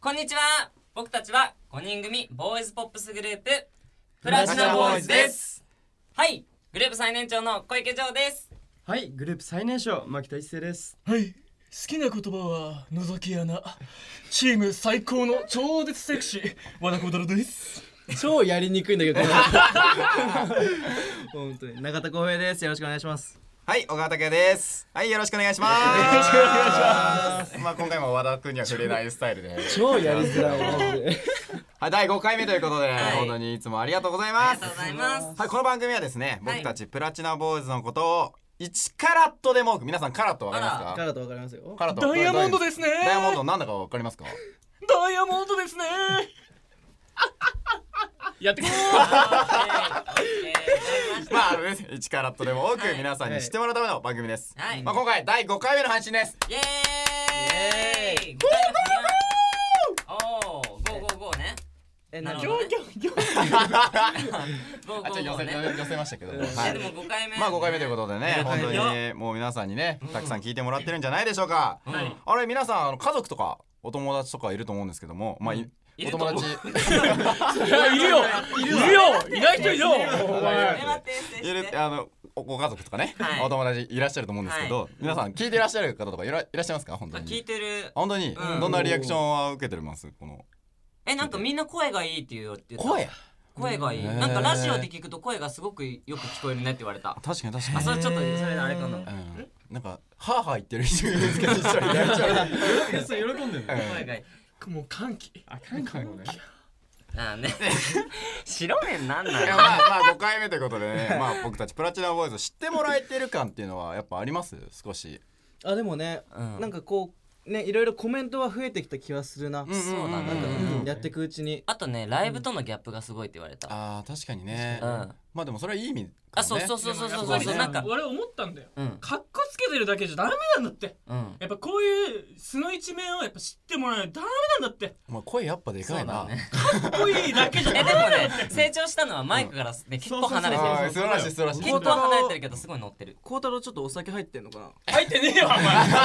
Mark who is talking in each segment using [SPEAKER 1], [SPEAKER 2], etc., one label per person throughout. [SPEAKER 1] こんにちは僕たちは5人組ボーイズポップスグループプラチナボーイズですはいグループ最年長の小池城です
[SPEAKER 2] はい、グループ最年少、牧田一成です。
[SPEAKER 3] はい好きな言葉は覗き穴チーム最高の超絶セクシー和田幸太郎です
[SPEAKER 2] 超やりにくいんだけど。本当に、永田光平です。よろしくお願いします。
[SPEAKER 4] はい、小川武です。はい、よろしくお願いします。よろしくお願いします。まあ今回も和田君には触れないスタイルで。
[SPEAKER 2] 超やりづ らい、マジで。
[SPEAKER 4] はい、第5回目ということで、
[SPEAKER 1] い
[SPEAKER 4] 本当にいつもありがとうござい
[SPEAKER 1] あ
[SPEAKER 4] ま
[SPEAKER 1] り
[SPEAKER 4] す。
[SPEAKER 1] がとうございます
[SPEAKER 4] はい、この番組はですね、
[SPEAKER 1] はい
[SPEAKER 4] 僕たちプラチナボーイズのことを1カラットでも多く、皆さんカラットわかります
[SPEAKER 2] カ
[SPEAKER 4] か
[SPEAKER 2] ラとわかりますよ。
[SPEAKER 4] カラット。
[SPEAKER 3] ダイヤモンドですね
[SPEAKER 4] ダイヤモンドなんだかわかりますか
[SPEAKER 3] ダイヤモンドですね
[SPEAKER 2] やってく
[SPEAKER 4] まああのね、1カラットでも多く皆さんに知ってもらうための番組です。
[SPEAKER 1] はい
[SPEAKER 4] まあ今回第5回目の配信です。
[SPEAKER 1] イエーイおーゴーゴーゴーね
[SPEAKER 2] え、
[SPEAKER 1] な
[SPEAKER 2] な
[SPEAKER 1] る
[SPEAKER 2] る
[SPEAKER 1] ほ
[SPEAKER 2] ほ
[SPEAKER 1] ど
[SPEAKER 2] ど。
[SPEAKER 1] ねゴーゴーゴ
[SPEAKER 4] あ、ちょっと
[SPEAKER 1] ー
[SPEAKER 4] 寄せ、
[SPEAKER 1] ね
[SPEAKER 4] 寄せましたけど。
[SPEAKER 1] え
[SPEAKER 4] は
[SPEAKER 1] でも5回目
[SPEAKER 4] まあ5回目ということでね、
[SPEAKER 2] 五
[SPEAKER 4] 本
[SPEAKER 2] 回
[SPEAKER 4] 当
[SPEAKER 2] 目
[SPEAKER 4] にもう皆さんにね、たくさん聞いてもらってるんじゃないでしょうか。
[SPEAKER 1] はい
[SPEAKER 4] あれ皆さんあの家族とかお友達とかいると思うんですけども、まあい
[SPEAKER 1] い
[SPEAKER 4] お
[SPEAKER 1] ると思
[SPEAKER 4] 友
[SPEAKER 1] う
[SPEAKER 4] 達
[SPEAKER 3] いやいるよいるよいない人いるよ
[SPEAKER 1] え待って失
[SPEAKER 4] い
[SPEAKER 1] 礼し
[SPEAKER 4] る
[SPEAKER 1] て
[SPEAKER 4] あのおご家族とかね、
[SPEAKER 1] はい
[SPEAKER 4] お友達いらっしゃると思うんですけど、皆さん聞いてらっしゃる方とかいらいらっしゃいますか本当
[SPEAKER 1] 聞い
[SPEAKER 4] に。
[SPEAKER 1] てる
[SPEAKER 4] 本当に、
[SPEAKER 1] うん
[SPEAKER 4] どんなリアクションは受けてますこの
[SPEAKER 1] えなんかみんな声がいいって言うよって言った
[SPEAKER 4] 声。
[SPEAKER 1] 声がいい
[SPEAKER 4] へー
[SPEAKER 1] なんかラジオで聞くと声がすごくよく聞こえるねって言われた
[SPEAKER 4] 確かに確か
[SPEAKER 1] あ
[SPEAKER 4] に
[SPEAKER 1] そ。れちょっとそれあれかな
[SPEAKER 4] うんなんかハーハー言ってる人いるんですけど一緒に大丈夫
[SPEAKER 2] 喜んでる
[SPEAKER 4] うん
[SPEAKER 1] 声がいい
[SPEAKER 3] もう歓喜
[SPEAKER 2] あかんかんね。
[SPEAKER 1] ああね白目なんない
[SPEAKER 4] や
[SPEAKER 1] の
[SPEAKER 4] まあまあ5回目ということでね、まあ僕たちプラチナボーイズを知ってもらえてる感っていうのはやっぱあります少し。
[SPEAKER 2] あ、でもね、
[SPEAKER 1] うん
[SPEAKER 2] なんかこう、ね、いろいろコメントは増えてきた気はするな。
[SPEAKER 4] ん
[SPEAKER 1] そうだね
[SPEAKER 4] ん
[SPEAKER 2] うん
[SPEAKER 4] ん
[SPEAKER 2] やっていくうちに。
[SPEAKER 1] あとねライブとのギャップがすごいって言われた
[SPEAKER 4] ああ確かにね。
[SPEAKER 1] うん
[SPEAKER 4] まあでもそれはいい意味かもね。
[SPEAKER 1] あそうそうそうそうそう
[SPEAKER 3] でもやっぱり
[SPEAKER 1] そう
[SPEAKER 3] ね
[SPEAKER 1] なんか
[SPEAKER 3] 俺思ったんだよ
[SPEAKER 1] うん
[SPEAKER 3] かっこつけてるだけじゃダメなんだって
[SPEAKER 1] うん
[SPEAKER 3] やっぱこういう素の一面をやっぱ知ってもらわないとダメなんだって
[SPEAKER 4] お前声やっぱでかいな。
[SPEAKER 1] そうだね
[SPEAKER 3] かっこいいだけじゃ
[SPEAKER 1] えで
[SPEAKER 3] ダ
[SPEAKER 1] も
[SPEAKER 3] メなんだ
[SPEAKER 1] ね成長したのはマイクからね結構離れて
[SPEAKER 4] あー
[SPEAKER 1] る
[SPEAKER 4] 素晴らしい素晴らしい。
[SPEAKER 1] 結構離れてるけどすごい乗ってる
[SPEAKER 2] 孝太郎ちょっとお酒入ってんのかな
[SPEAKER 3] 入ってねえよお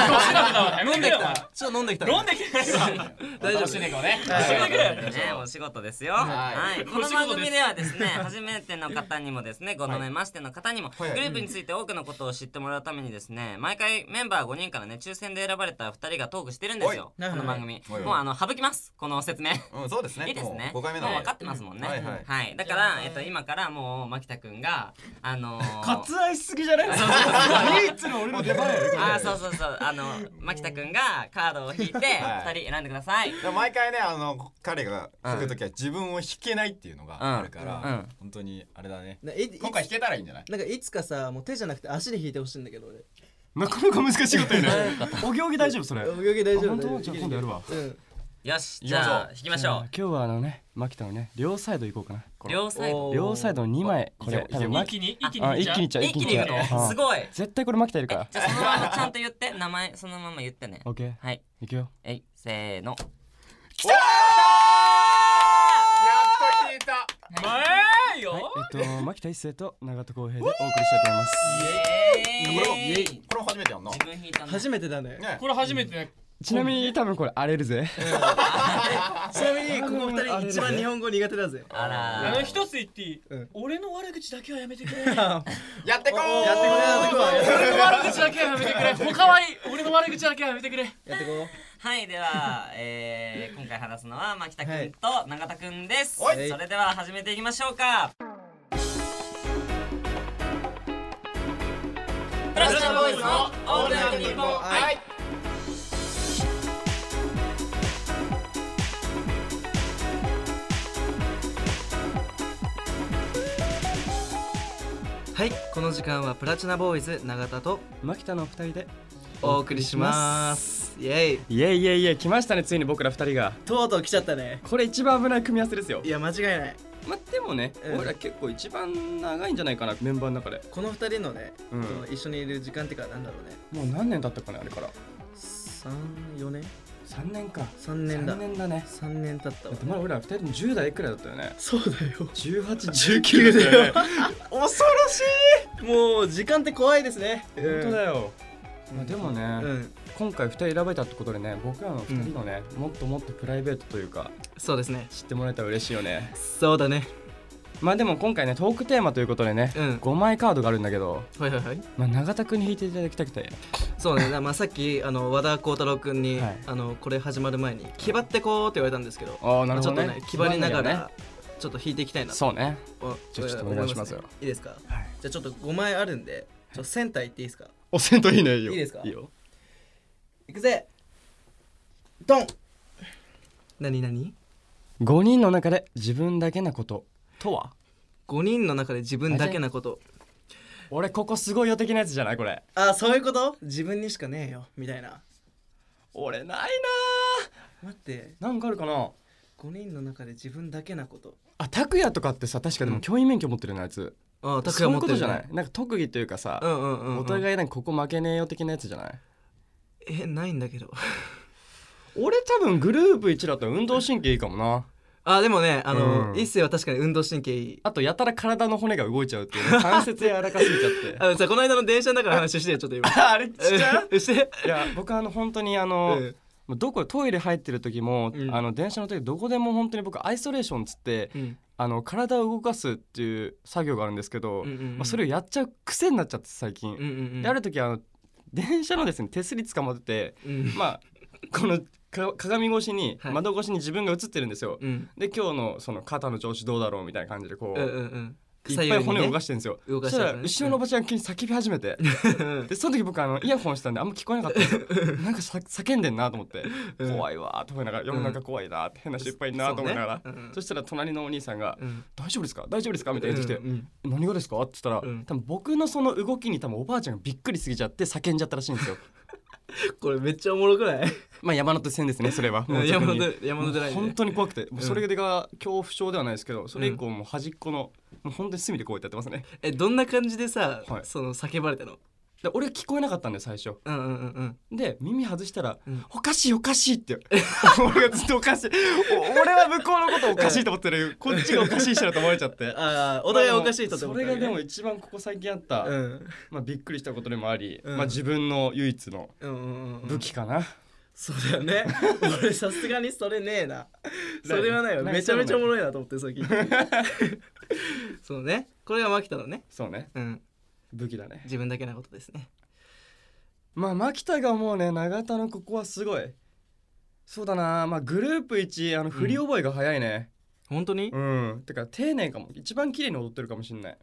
[SPEAKER 3] 前飲んできた
[SPEAKER 2] ちょっと飲んできた
[SPEAKER 3] 飲んできたよ
[SPEAKER 2] 大丈夫
[SPEAKER 4] 楽しんでいこうね。
[SPEAKER 3] 楽しんでいこう
[SPEAKER 4] はい
[SPEAKER 1] ね、お仕事ですよ、は
[SPEAKER 4] はいい
[SPEAKER 1] この番組ではですね初めての方にもですね5度目ましての方にも、
[SPEAKER 4] いはい
[SPEAKER 1] グループについて多くのことを知ってもらうためにですね毎回メンバー5人からね抽選で選ばれた2人がトークしてるんですよこ
[SPEAKER 2] はい
[SPEAKER 1] の番組
[SPEAKER 4] はいはい
[SPEAKER 1] もうあの省きますこの説明
[SPEAKER 4] うんそうですね。
[SPEAKER 1] いいですね
[SPEAKER 4] もう5回目の
[SPEAKER 1] もう分かってますもんね
[SPEAKER 4] はいはい
[SPEAKER 1] だから、えっと、今からもう牧田君があの ー、
[SPEAKER 2] 愛しすぎじゃないそうそうそう。いつの俺の出番や
[SPEAKER 1] あーそうそうそうあの牧田君がカードを引いて2人選んでください、
[SPEAKER 4] でも毎回ねあの彼が弾くときは自分を弾けないっていうのがあるか
[SPEAKER 1] うんうん
[SPEAKER 4] ら本当にあれだね。
[SPEAKER 2] いつ
[SPEAKER 4] 今回弾けたらいいんじゃない？
[SPEAKER 2] なんかいつかさもう手じゃなくて足で引いてほしいんだけど俺
[SPEAKER 5] なかなか難しいこと言うね。 お行儀大丈夫それ。
[SPEAKER 2] お行儀大丈夫
[SPEAKER 5] あ本
[SPEAKER 2] 大丈
[SPEAKER 5] 当
[SPEAKER 2] 夫
[SPEAKER 5] じゃあ今度やるわ。
[SPEAKER 2] うん
[SPEAKER 1] よし
[SPEAKER 4] 行
[SPEAKER 1] じ
[SPEAKER 4] きましょう
[SPEAKER 1] ゃあ引きましょ
[SPEAKER 5] 今日はあのね、牧田のね、両サイド行こうかな。
[SPEAKER 1] う両サイド
[SPEAKER 2] おー
[SPEAKER 5] 両サイドの二枚、
[SPEAKER 4] お
[SPEAKER 5] これ
[SPEAKER 4] いけ
[SPEAKER 5] 多分
[SPEAKER 3] 一
[SPEAKER 5] 牧
[SPEAKER 3] 気に一気に
[SPEAKER 5] あ
[SPEAKER 3] いっち
[SPEAKER 5] 一
[SPEAKER 3] ゃう
[SPEAKER 5] 気に行っちゃう。行
[SPEAKER 1] 一気に行
[SPEAKER 5] っ
[SPEAKER 1] く
[SPEAKER 5] ちゃう
[SPEAKER 1] のすごい
[SPEAKER 5] うん絶対これ牧田いるから
[SPEAKER 1] じ。ゃあそのままちゃんと言って名前そのまま言ってね
[SPEAKER 5] オッケー、
[SPEAKER 1] はい
[SPEAKER 5] 行くよ。
[SPEAKER 1] えいせーの
[SPEAKER 4] きたー！やっと弾いた。
[SPEAKER 3] 前よ、
[SPEAKER 5] はい、えっと牧田一成と長戸光平でお送りしたいと思います。
[SPEAKER 1] イ
[SPEAKER 4] これも
[SPEAKER 1] エーイ
[SPEAKER 4] これも初めてやんな。
[SPEAKER 1] 自分引いたんだ
[SPEAKER 2] 初めてだね
[SPEAKER 4] ね
[SPEAKER 3] これ初めてね
[SPEAKER 5] ちなみに多分これ荒れるぜ。
[SPEAKER 2] ちなみにここ二人一番日本語苦手だぜ
[SPEAKER 1] あらー
[SPEAKER 3] あの一つ言っていい、
[SPEAKER 2] うん
[SPEAKER 3] 俺の悪口だけはやめて くれ俺の
[SPEAKER 4] やってこー。
[SPEAKER 2] やってくれやってこ
[SPEAKER 3] 悪口だけはやめてくれ他はいい俺の悪口だけはやめてくれ
[SPEAKER 2] うやってこ
[SPEAKER 1] はいでは、えー、今回話すのは牧田く
[SPEAKER 2] は
[SPEAKER 1] ん
[SPEAKER 2] い
[SPEAKER 1] と永田くんです、
[SPEAKER 2] はい
[SPEAKER 1] それでは始めていきましょうかプラチナボーイズのオールナイトニッポン
[SPEAKER 4] はい。
[SPEAKER 2] うはいこの時間はプラチナボーイズ永田と
[SPEAKER 5] 牧田のお二人で。
[SPEAKER 2] お送りしますイエイ
[SPEAKER 5] イエイイエイイエイ来ましたねついに僕ら二人が。
[SPEAKER 2] とうとう来ちゃったね
[SPEAKER 5] これ一番危ない組み合わせですよ
[SPEAKER 2] い。や間違いない
[SPEAKER 5] まあ、でもね、
[SPEAKER 2] うん
[SPEAKER 5] 俺ら結構一番長いんじゃないかなメンバーの中で。
[SPEAKER 2] この二人のね、
[SPEAKER 5] うん
[SPEAKER 2] この一緒にいる時間ってかなんだろうね
[SPEAKER 5] もう何年経ったかねあれから。
[SPEAKER 2] 三四年
[SPEAKER 5] 三年か。
[SPEAKER 2] 三年だ
[SPEAKER 5] 三年だね。
[SPEAKER 2] 三年経っ
[SPEAKER 5] だ
[SPEAKER 2] たわ
[SPEAKER 5] ってまだ俺ら二人とも10代くらいだったよね。
[SPEAKER 2] そうだよ
[SPEAKER 5] 18、19だ よね。
[SPEAKER 2] 恐ろしいもう時間って怖いですね
[SPEAKER 5] 本当だよ。
[SPEAKER 6] まあでもね、
[SPEAKER 2] うん、
[SPEAKER 6] 今回2人選ばれたってことでね僕らの2人のね、もっともっとプライベートというか
[SPEAKER 2] そうですね
[SPEAKER 6] 知ってもらえたら嬉しいよね
[SPEAKER 2] そうだね
[SPEAKER 6] まあでも今回ねトークテーマということでね、
[SPEAKER 2] うん
[SPEAKER 6] 5枚カードがあるんだけど、
[SPEAKER 2] はいはいはい
[SPEAKER 6] まあ、永田君に引いていただきたくて
[SPEAKER 2] そうね、だからまあ、さっきあの和田幸太郎君に、
[SPEAKER 6] はい
[SPEAKER 2] あのこれ始まる前に「気張ってこう」って言われたんですけど
[SPEAKER 6] ああなるほどね
[SPEAKER 2] まあちょっとね気張りなが
[SPEAKER 6] 気張りながら
[SPEAKER 2] らちょっと弾いていきたいなと
[SPEAKER 6] そうね
[SPEAKER 2] お
[SPEAKER 6] じゃあちょっとお願いしますよ
[SPEAKER 2] 思ねいいですか、じゃあちょっと5枚あるんでちょっとセンター行っていいですか
[SPEAKER 6] おせんといいねい
[SPEAKER 2] い
[SPEAKER 6] い
[SPEAKER 2] いですか
[SPEAKER 6] いいよ
[SPEAKER 2] いくぜドン何何
[SPEAKER 6] 5人の中で自分だけなこととは
[SPEAKER 2] ?5 人の中で自分だけなこと
[SPEAKER 6] 俺ここすごいよ的なやつじゃないこれ
[SPEAKER 2] あそういうこと自分にしかねえよみたいな
[SPEAKER 6] 俺ないな
[SPEAKER 2] 待って
[SPEAKER 6] ーなんかあるかな
[SPEAKER 2] 5人の中で自分だけなこと
[SPEAKER 6] あ拓也とかってさ確かでも教員免許持ってるようなやつ、
[SPEAKER 2] ああ
[SPEAKER 6] そういうことじゃないなんか特技というかさ、
[SPEAKER 2] うんうんうん、うん、
[SPEAKER 6] お互いなんかここ負けねえよ的なやつじゃない
[SPEAKER 2] えないんだけど
[SPEAKER 6] 俺多分グループ1だったら運動神経いいかもな
[SPEAKER 2] あでもねあの、
[SPEAKER 6] うん
[SPEAKER 2] 一星は確かに運動神経いい
[SPEAKER 6] あとやたら体の骨が動いちゃうっていうね関節柔らかすぎちゃって
[SPEAKER 2] あのさこの間の電車の中の話してよちょっと今
[SPEAKER 6] あれちっちゃ
[SPEAKER 2] して
[SPEAKER 6] いや僕あの本当にあの、
[SPEAKER 2] うん
[SPEAKER 6] どこトイレ入ってる時も、
[SPEAKER 2] うん
[SPEAKER 6] あの電車の時どこでも本当に僕アイソレーションっつって、
[SPEAKER 2] うん
[SPEAKER 6] あの体を動かすっていう作業があるんですけど、
[SPEAKER 2] うんうんうん
[SPEAKER 6] まあ、それをやっちゃう癖になっちゃって最
[SPEAKER 2] う
[SPEAKER 6] 近、
[SPEAKER 2] んうんうん
[SPEAKER 6] である時あの電車のですね手すり捕まってて、
[SPEAKER 2] うん
[SPEAKER 6] まあこのか鏡越しに、
[SPEAKER 2] はい
[SPEAKER 6] 窓越しに自分が映ってるんですよ、
[SPEAKER 2] うん
[SPEAKER 6] で今日のその肩の調子どうだろうみたいな感じでこう、
[SPEAKER 2] うんうんうん
[SPEAKER 6] いっぱい骨を動か
[SPEAKER 2] し
[SPEAKER 6] してるんですよ、
[SPEAKER 2] 動
[SPEAKER 6] そ
[SPEAKER 2] かし
[SPEAKER 6] してた
[SPEAKER 2] るね
[SPEAKER 6] ら後ろのおばちゃんが急に叫び始めて、
[SPEAKER 2] うん
[SPEAKER 6] でその時僕あのイヤホンしたんであんま聞こえなかったんですよなんかさ叫んでんなと思って、
[SPEAKER 2] うん
[SPEAKER 6] 怖いわーと思いながら世の中怖いなーって変な失敗になーと思いながら、
[SPEAKER 2] そうねうん
[SPEAKER 6] そしたら隣のお兄さんが「
[SPEAKER 2] うん
[SPEAKER 6] 大丈夫ですか大丈夫ですか?」みたいな言ってきて「
[SPEAKER 2] うん
[SPEAKER 6] 何がですか?」って言った
[SPEAKER 2] う
[SPEAKER 6] ら、
[SPEAKER 2] ん
[SPEAKER 6] 多分僕のその動きに多分おばあちゃんがびっくりすぎちゃって叫んじゃったらしいんですよ
[SPEAKER 2] これめっちゃおもろくない
[SPEAKER 6] まあ山手線ですねそれ はもう
[SPEAKER 2] 山
[SPEAKER 6] 特に
[SPEAKER 2] 手山手じゃない
[SPEAKER 6] もう本当に怖くて、もうそれが恐怖症ではないですけどそれ以降もう端っこの、もう本当に隅でこうやってやってますね
[SPEAKER 2] えどんな感じでさ
[SPEAKER 6] はい
[SPEAKER 2] その叫ばれたの
[SPEAKER 6] で俺聞こえなかったんだよ最初
[SPEAKER 2] うんうんうんうん
[SPEAKER 6] で耳外したら、
[SPEAKER 2] うん
[SPEAKER 6] おかしいおかしいって 俺がずっとおかしいお俺は向こうのことおかしいと思ってるこっちがおかしい人だと思われちゃって
[SPEAKER 2] ああお互いおかしいとって
[SPEAKER 6] そ
[SPEAKER 2] 思
[SPEAKER 6] れ
[SPEAKER 2] ったわ
[SPEAKER 6] が
[SPEAKER 2] け
[SPEAKER 6] で
[SPEAKER 2] ね
[SPEAKER 6] も一番ここ最近あった、
[SPEAKER 2] うん
[SPEAKER 6] まあ、びっくりしたことでもあり、
[SPEAKER 2] うん
[SPEAKER 6] まあ、自分の唯一の
[SPEAKER 2] うんうんうん
[SPEAKER 6] 武器かな、
[SPEAKER 2] そうだよね俺さすがにそれねえなそれはないわ
[SPEAKER 6] ない
[SPEAKER 2] めちゃめちゃおもろいなと思ってそれ聞いて そうねこれが牧田のね
[SPEAKER 6] そうね
[SPEAKER 2] うん
[SPEAKER 6] 武器だね
[SPEAKER 2] 自分だけなことですね
[SPEAKER 6] まあ牧田がもうね永田のここはすごいそうだなまあグループ1あの振り覚えが早いね
[SPEAKER 2] 本当に
[SPEAKER 6] うん、てか丁寧かも一番綺麗に踊ってるかもしんない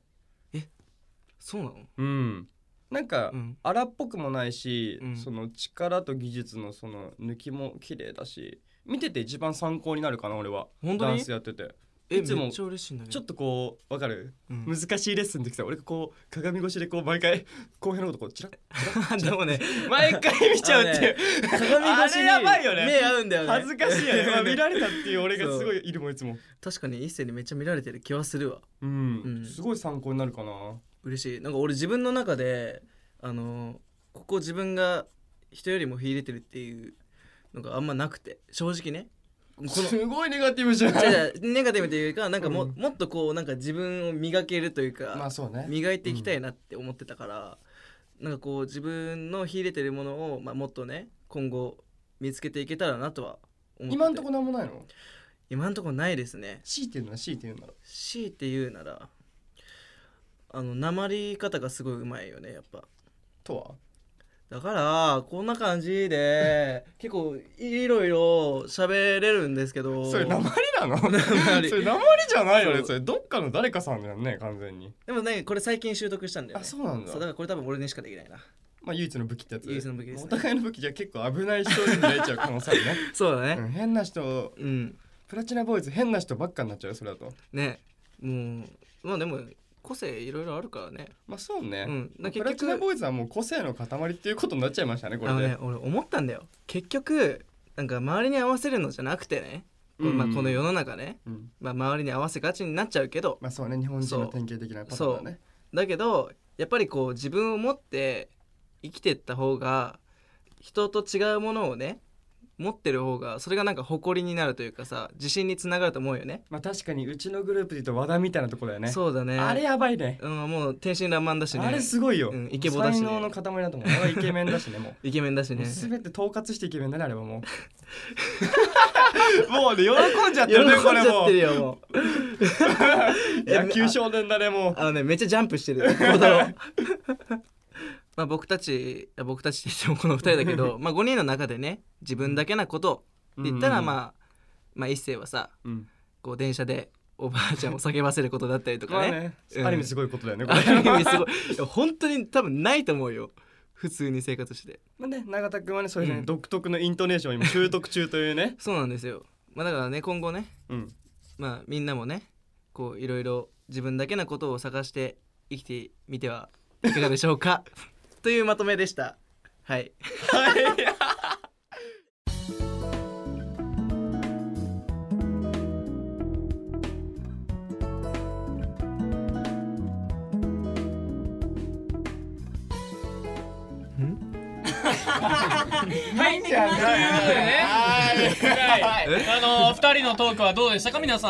[SPEAKER 2] そうなの
[SPEAKER 6] うんなんか、
[SPEAKER 2] うん
[SPEAKER 6] 荒っぽくもないし、
[SPEAKER 2] うん
[SPEAKER 6] その力と技術のその抜きも綺麗だし見てて一番参考になるかな俺は
[SPEAKER 2] 本当に
[SPEAKER 6] ダンスやってて
[SPEAKER 2] え
[SPEAKER 6] いつも
[SPEAKER 2] めっちゃ嬉しいんだけど
[SPEAKER 6] ちょっとこうわかる、
[SPEAKER 2] うん
[SPEAKER 6] 難しいレッスンの時さ俺がこう鏡越しでこう毎回後平のことこうチラ ッ
[SPEAKER 2] でもね
[SPEAKER 6] 毎回 見ちゃうっていう、
[SPEAKER 2] 鏡越しに
[SPEAKER 6] あれやばいよね
[SPEAKER 2] 目合うんだよね
[SPEAKER 6] 恥ずかしい よね、まあ、見られたっていう俺が
[SPEAKER 2] そう
[SPEAKER 6] すごいいるもんいつも
[SPEAKER 2] 確かに一世にめっちゃ見られてる気はするわ
[SPEAKER 6] うん、
[SPEAKER 2] うん
[SPEAKER 6] すごい参考になるかな
[SPEAKER 2] 嬉しいなんか俺自分の中であのここ自分が人よりも秀でてるっていうのがあんまなくて正直ねこの
[SPEAKER 6] すごいネガティブじゃん
[SPEAKER 2] じゃあネガティブというかなんかも,、
[SPEAKER 6] うん
[SPEAKER 2] もっとこうなんか自分を磨けるというか、
[SPEAKER 6] まあそうね
[SPEAKER 2] 磨いていきたいなって思ってたから、なんかこう自分の秀でてるものを、まあ、もっとね今後見つけていけたらなとは思ってて
[SPEAKER 6] 今んとこなんもないの
[SPEAKER 2] 今んとこないですね
[SPEAKER 6] C っていうのは C っていうなら
[SPEAKER 2] C って言うならあのなまり方がすごいうまいよねやっぱ
[SPEAKER 6] とは
[SPEAKER 2] だからこんな感じ で結構いろいろ喋れるんですけど
[SPEAKER 6] それ鉛なの
[SPEAKER 2] 鉛
[SPEAKER 6] それ鉛じゃないよ
[SPEAKER 2] そ
[SPEAKER 6] ね
[SPEAKER 2] う
[SPEAKER 6] それどっかの誰かさんだよね完全に
[SPEAKER 2] でもねこれ最近習得したんだよ、ね、
[SPEAKER 6] あそうなんだ
[SPEAKER 2] そうだからこれ多分俺にしかできないな
[SPEAKER 6] まあ唯一の武器ってやつ
[SPEAKER 2] 唯一の武器ですね
[SPEAKER 6] お互いの武器じゃ結構危ない人になれちゃう可能性あるね、
[SPEAKER 2] そうだ
[SPEAKER 6] う
[SPEAKER 2] ね
[SPEAKER 6] ん、変な人
[SPEAKER 2] うん、
[SPEAKER 6] プラチナボーイズ変な人ばっかになっちゃうよそれだと
[SPEAKER 2] ねもうまあでも個性いろいろあるからね
[SPEAKER 6] まあそうね、
[SPEAKER 2] うん
[SPEAKER 6] まあ
[SPEAKER 2] 結局
[SPEAKER 6] プラチナボーイズはもう個性の塊っていうことになっちゃいましたねこ
[SPEAKER 2] あ
[SPEAKER 6] れ
[SPEAKER 2] の
[SPEAKER 6] で、
[SPEAKER 2] ね俺思ったんだよ結局なんか周りに合わせるのじゃなくてね、
[SPEAKER 6] うん
[SPEAKER 2] まあ、この世の中ね、
[SPEAKER 6] うん
[SPEAKER 2] まあ、周りに合わせがちになっちゃうけど
[SPEAKER 6] まあそうね日本人の典型的なパターンだね
[SPEAKER 2] だけどやっぱりこう自分を持って生きてった方が人と違うものをね持ってる方がそれがなんか誇りになるというかさ自信につながると思うよね
[SPEAKER 6] まあ確かにうちのグループで言うと和田みたいなとこだよね
[SPEAKER 2] そうだね
[SPEAKER 6] あれやばいね
[SPEAKER 2] うん、もう天真爛漫だしね
[SPEAKER 6] あれすごいよ、
[SPEAKER 2] うんイケボだしね
[SPEAKER 6] 才能の塊だと思う俺はイケメンだしねもう
[SPEAKER 2] イケメンだし ね
[SPEAKER 6] すべて統括してイケメンだねあれはも
[SPEAKER 5] もうね喜んじゃって
[SPEAKER 2] 喜
[SPEAKER 5] る
[SPEAKER 2] ん
[SPEAKER 5] ね
[SPEAKER 2] じ
[SPEAKER 5] これ
[SPEAKER 2] ゃっ
[SPEAKER 5] も
[SPEAKER 2] てるよもう
[SPEAKER 6] う
[SPEAKER 2] いや
[SPEAKER 6] 野球少年だねもう
[SPEAKER 2] あのねめっちゃジャンプしてる孝太郎 まあ僕たちいや僕たちって言ってもこの2人だけどまあ5人の中でね自分だけなことって言ったら
[SPEAKER 6] あ、
[SPEAKER 2] まあまあ一星はさ
[SPEAKER 6] うん
[SPEAKER 2] こう電車でおばあちゃんを叫ばせることだったりと
[SPEAKER 6] ま
[SPEAKER 2] か
[SPEAKER 6] あ
[SPEAKER 2] ね
[SPEAKER 6] ね
[SPEAKER 2] うん
[SPEAKER 6] ある意味すごいことだよねこ
[SPEAKER 2] あ
[SPEAKER 6] れ
[SPEAKER 2] る意味すごいいや本当に多分ないと思うよ普通に生活して
[SPEAKER 6] まあね永田君はねそういうね、
[SPEAKER 2] うん
[SPEAKER 6] 独特のイントネーションを今習得中というね
[SPEAKER 2] そうなんですよまあだからね今後ね
[SPEAKER 6] うん
[SPEAKER 2] まあみんなもねこういろいろ自分だけなことを探して生きてみてはいかがでしょうか というまとめでしたはい
[SPEAKER 1] 入ってきます
[SPEAKER 4] はい
[SPEAKER 3] あのー、二人のトークはどうでしたか皆さん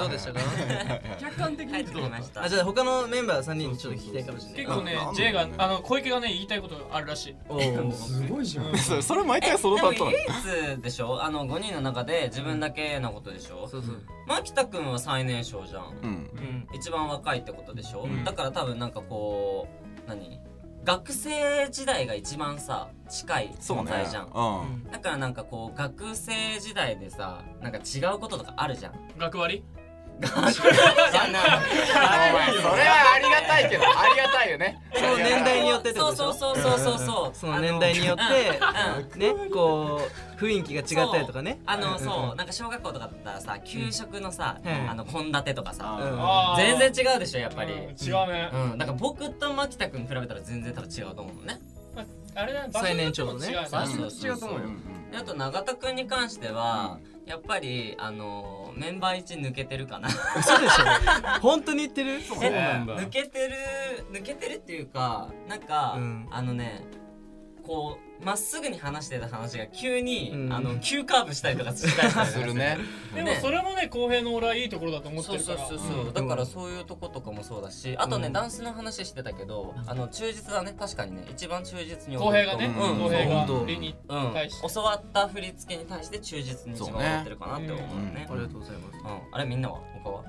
[SPEAKER 1] あ
[SPEAKER 2] どう でしたか
[SPEAKER 1] ー客観的に入ってきました
[SPEAKER 2] あじゃあ他のメンバー3人にちょっと聞きたいかもしれない
[SPEAKER 3] 結構ね
[SPEAKER 4] あなんだ
[SPEAKER 3] J があの小池がね言いたいことがあるらしい
[SPEAKER 2] おー
[SPEAKER 6] ご いじゃん
[SPEAKER 4] そそれ毎回 その
[SPEAKER 1] でも
[SPEAKER 4] 担当な
[SPEAKER 1] 唯一でしょあの5人の中で自分だけのことでしょ
[SPEAKER 2] そうそう
[SPEAKER 1] 牧田君は最年少じゃん
[SPEAKER 4] うん
[SPEAKER 2] うん
[SPEAKER 1] 一番若いってことでしょ、
[SPEAKER 2] うん
[SPEAKER 1] だから多分なんかこう何学生時代が一番さ近い
[SPEAKER 4] そう
[SPEAKER 1] 存
[SPEAKER 4] ね
[SPEAKER 1] 在じゃん、
[SPEAKER 4] うん
[SPEAKER 1] だからなんかこう学生時代でさなんか違うこととかあるじゃん
[SPEAKER 3] 学割
[SPEAKER 4] お前それはありがたいけどありがたいよね
[SPEAKER 2] その年代によってってこ
[SPEAKER 1] そう
[SPEAKER 2] とでしょ
[SPEAKER 1] そうそうそうそうそう
[SPEAKER 2] その年代によって
[SPEAKER 1] あのうん
[SPEAKER 2] ねこう雰囲気が違ったりとかね
[SPEAKER 1] あのそうなんか小学校とかだったらさ給食のさ、
[SPEAKER 2] うん
[SPEAKER 1] あの献立とかさ、
[SPEAKER 2] うん
[SPEAKER 3] あー
[SPEAKER 1] 全然違うでしょやっぱり、
[SPEAKER 3] うん違うね、
[SPEAKER 1] うん、だから僕と牧田君比べたら全然多分違うと思うね。
[SPEAKER 3] あれだね
[SPEAKER 2] 最年長のね
[SPEAKER 3] 場所によ
[SPEAKER 1] そうそう
[SPEAKER 3] っても違うね
[SPEAKER 1] そう
[SPEAKER 6] 違うと思うよ
[SPEAKER 1] であと永田君に関しては、やっぱりあのメンバー一抜けてるかな。
[SPEAKER 2] 嘘でしょ本当に言ってる
[SPEAKER 6] そうなんだ
[SPEAKER 1] 抜けてる抜けてるっていうかなんか、
[SPEAKER 2] うん
[SPEAKER 1] あのねこうまっすぐに話してた話が急に、
[SPEAKER 2] うん
[SPEAKER 1] あの急カーブしたりとかしたりとか
[SPEAKER 4] するね
[SPEAKER 3] でもそれもね公平の俺はいいところだと思って
[SPEAKER 1] そうそう
[SPEAKER 3] るから
[SPEAKER 1] そう
[SPEAKER 4] う
[SPEAKER 1] そう、
[SPEAKER 4] ん
[SPEAKER 1] だからそういうとことかもそうだしあとね、
[SPEAKER 2] うん
[SPEAKER 1] ダンスの話してたけどあの忠実だね確かにね一番忠実に
[SPEAKER 3] 公平がね、
[SPEAKER 4] うん
[SPEAKER 3] 公平
[SPEAKER 2] うん本
[SPEAKER 3] が
[SPEAKER 2] 当
[SPEAKER 3] 理に
[SPEAKER 1] うん、
[SPEAKER 3] 対して
[SPEAKER 1] 教わった振り付けに対して忠実に一番やってるかなって思うね
[SPEAKER 2] ありがとうございます
[SPEAKER 1] うん、あれみんなは他は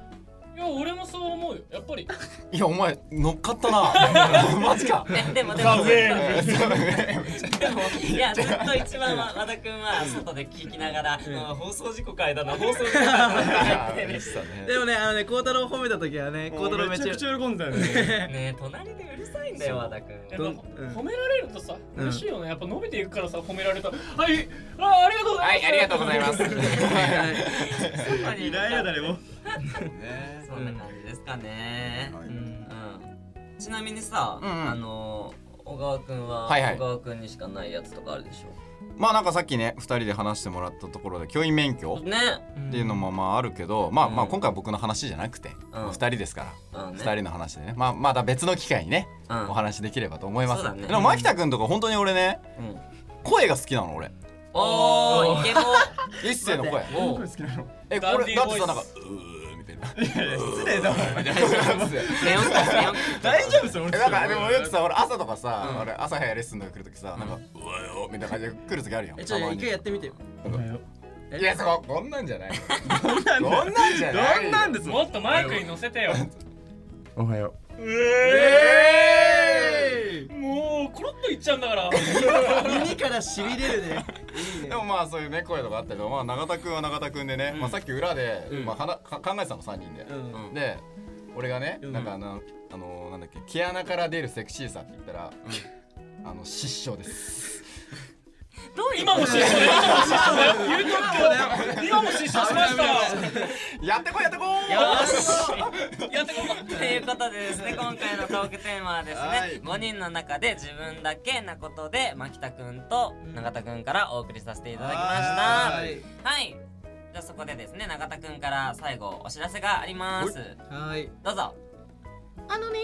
[SPEAKER 1] い
[SPEAKER 3] や俺もそう思うよやっぱり
[SPEAKER 4] いやお前乗っかったなマジか
[SPEAKER 1] えでもでも
[SPEAKER 3] 風
[SPEAKER 1] で
[SPEAKER 3] 邪
[SPEAKER 1] も いやずっと一番は和田君は外で聞きながら、うん放送事故変えたな放送事故変えたな って言って
[SPEAKER 2] でもねあのね孝太郎を褒めた時はね孝太郎め
[SPEAKER 6] め
[SPEAKER 2] っち
[SPEAKER 6] ちゃ
[SPEAKER 2] ゃ
[SPEAKER 6] くちゃ喜んだよね
[SPEAKER 1] ね ねえ隣でうるさいんだよ和田君
[SPEAKER 3] やっ
[SPEAKER 2] ど
[SPEAKER 3] ぱ
[SPEAKER 2] んうん
[SPEAKER 3] 褒められるとさ
[SPEAKER 2] うん
[SPEAKER 3] 嬉しいよね、やっぱ伸びていくからさ褒められたはいあありがとうございます
[SPEAKER 4] す
[SPEAKER 6] イライラだ ねもう
[SPEAKER 1] そんな感じですかね、
[SPEAKER 4] はい
[SPEAKER 1] うんちなみにさ、
[SPEAKER 4] うんうん
[SPEAKER 1] あの小川君は、
[SPEAKER 4] はいはい
[SPEAKER 1] 小川君にしかないやつとかあるでし
[SPEAKER 4] まあなんかさっきね2人で話してもらったところで教員免
[SPEAKER 1] ょ
[SPEAKER 4] 許
[SPEAKER 1] ね
[SPEAKER 4] っていうのもまああるけど、まあ
[SPEAKER 1] うん
[SPEAKER 4] まあ今回は僕の話じゃなくて、
[SPEAKER 1] うん
[SPEAKER 4] 2人ですから、
[SPEAKER 1] あの
[SPEAKER 4] 2人の話でね、まあ、まだ別の機会にね、
[SPEAKER 1] うん
[SPEAKER 4] お話できればと思います
[SPEAKER 1] そうだね
[SPEAKER 4] でも牧田君とか本当に俺ね
[SPEAKER 1] うん
[SPEAKER 4] 声が好きなの俺
[SPEAKER 1] おーイケボ
[SPEAKER 4] 一世の声
[SPEAKER 1] お
[SPEAKER 6] 好きなの
[SPEAKER 4] えこ
[SPEAKER 3] ダン
[SPEAKER 4] れ
[SPEAKER 3] ディー
[SPEAKER 4] だってさ
[SPEAKER 3] ボイス
[SPEAKER 4] なんか「うー」みたいな
[SPEAKER 6] 失礼だわ
[SPEAKER 1] 寝ようか寝ようか
[SPEAKER 6] 大丈夫ですよ俺
[SPEAKER 4] えなんかでもよくさ俺朝とかさ、
[SPEAKER 1] うん
[SPEAKER 4] 俺朝早いレッスンとか来るときさ、なんか「うわよ」みたいな感じで来るときあるやん
[SPEAKER 2] えちょっ
[SPEAKER 4] た
[SPEAKER 2] と
[SPEAKER 4] ま
[SPEAKER 2] 一
[SPEAKER 4] に
[SPEAKER 2] 回やってみてよ
[SPEAKER 4] いやそここんなんじゃない
[SPEAKER 6] なんだ
[SPEAKER 4] こんなんじゃない
[SPEAKER 6] どんなんです
[SPEAKER 3] もっとマイクに乗せてよ
[SPEAKER 6] おはよ
[SPEAKER 4] え
[SPEAKER 3] もうコロッといっちゃうんだから
[SPEAKER 2] 耳からしびれるね
[SPEAKER 4] ーでもまあそういうね声とかあったけどまあ永田君は永田君でね、まあさっき裏で、まあはなか考えてたの3人で、
[SPEAKER 2] うん
[SPEAKER 4] で俺がね、なんかあのあのーなんだっけ毛穴から出るセクシーさって言ったら、あの失笑です
[SPEAKER 3] 今も失笑だよ今も失笑だよ言うとくけど今も失笑しました
[SPEAKER 4] やってこいやってこー
[SPEAKER 3] やってこう
[SPEAKER 1] ということでですね今回のトークテーマはですね、
[SPEAKER 4] はい
[SPEAKER 1] 5人の中で自分だけなことで牧田君と永田君からお送りさせていただきました
[SPEAKER 2] は
[SPEAKER 1] はい
[SPEAKER 2] い
[SPEAKER 1] じゃあそこでですね永田君から最後お知らせがあります
[SPEAKER 2] はい
[SPEAKER 1] どうぞ
[SPEAKER 7] あのね、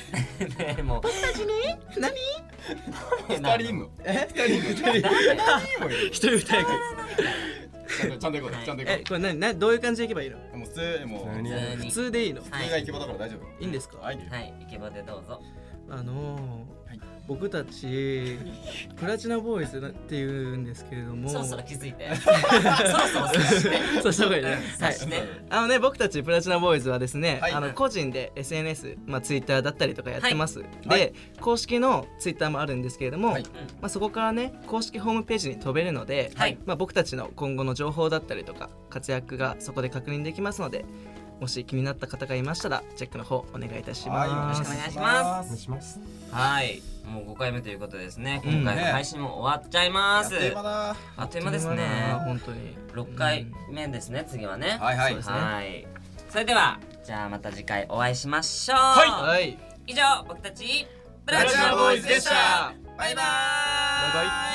[SPEAKER 1] ねえもう
[SPEAKER 7] 僕たちね、何
[SPEAKER 4] 二人いんの
[SPEAKER 2] え二人一 人二役
[SPEAKER 4] ちゃんとちゃんと行こうちゃんと行
[SPEAKER 2] え
[SPEAKER 4] こ
[SPEAKER 2] これ何何どういう感じでいけばいいの
[SPEAKER 4] うもう普通もう
[SPEAKER 6] 何
[SPEAKER 4] 普
[SPEAKER 1] 普通
[SPEAKER 2] 普
[SPEAKER 1] に
[SPEAKER 2] 通でいいの
[SPEAKER 1] はい
[SPEAKER 4] 通が行き場だから大丈夫
[SPEAKER 2] いいんですか
[SPEAKER 4] はい
[SPEAKER 1] はい、イケボでどうぞ。
[SPEAKER 2] あのー
[SPEAKER 4] はい
[SPEAKER 2] 僕たちプラチナボーイズっていうんですけれども
[SPEAKER 1] そろそろ気づいて。そろそろ察して。
[SPEAKER 2] そうした方がいいねは
[SPEAKER 1] 察
[SPEAKER 2] い
[SPEAKER 1] して。
[SPEAKER 2] あのね僕たちプラチナボーイズはですね、
[SPEAKER 4] はい
[SPEAKER 2] あの個人で SNS、まあ、Twitter だったりとかやってます、で、
[SPEAKER 4] はい
[SPEAKER 2] 公式の Twitter もあるんですけれども、
[SPEAKER 4] はい。
[SPEAKER 2] まあ、そこからね公式ホームページに飛べるので、
[SPEAKER 1] はい
[SPEAKER 2] まあ、僕たちの今後の情報だったりとか活躍がそこで確認できますのでもし気になった方がいましたらチェックの方お願いいたしま
[SPEAKER 1] ろ
[SPEAKER 2] す。
[SPEAKER 1] しくお願いします
[SPEAKER 5] します
[SPEAKER 1] はい、もう5回目ということでですね。
[SPEAKER 2] うん
[SPEAKER 1] 今回の配信も終わっちゃい
[SPEAKER 4] あ
[SPEAKER 1] ま
[SPEAKER 4] っ
[SPEAKER 1] す
[SPEAKER 4] と。いう間だ。
[SPEAKER 1] あっという間ですね。
[SPEAKER 2] 本当に
[SPEAKER 1] 6回目ですね、次はね。
[SPEAKER 4] はいはい
[SPEAKER 2] そうですね
[SPEAKER 1] はい。それでは、じゃあまた次回お会いしましょう。
[SPEAKER 2] うんはい
[SPEAKER 1] 以上、僕たち、プ
[SPEAKER 4] ラ
[SPEAKER 1] ラ
[SPEAKER 4] チ
[SPEAKER 1] チ
[SPEAKER 4] ナ
[SPEAKER 1] ナ
[SPEAKER 4] ボ
[SPEAKER 1] ボ
[SPEAKER 4] ー
[SPEAKER 1] ーイ
[SPEAKER 4] イズ
[SPEAKER 1] ズ
[SPEAKER 4] で
[SPEAKER 1] で
[SPEAKER 4] し
[SPEAKER 1] したた。バイバーイ。
[SPEAKER 2] バイバ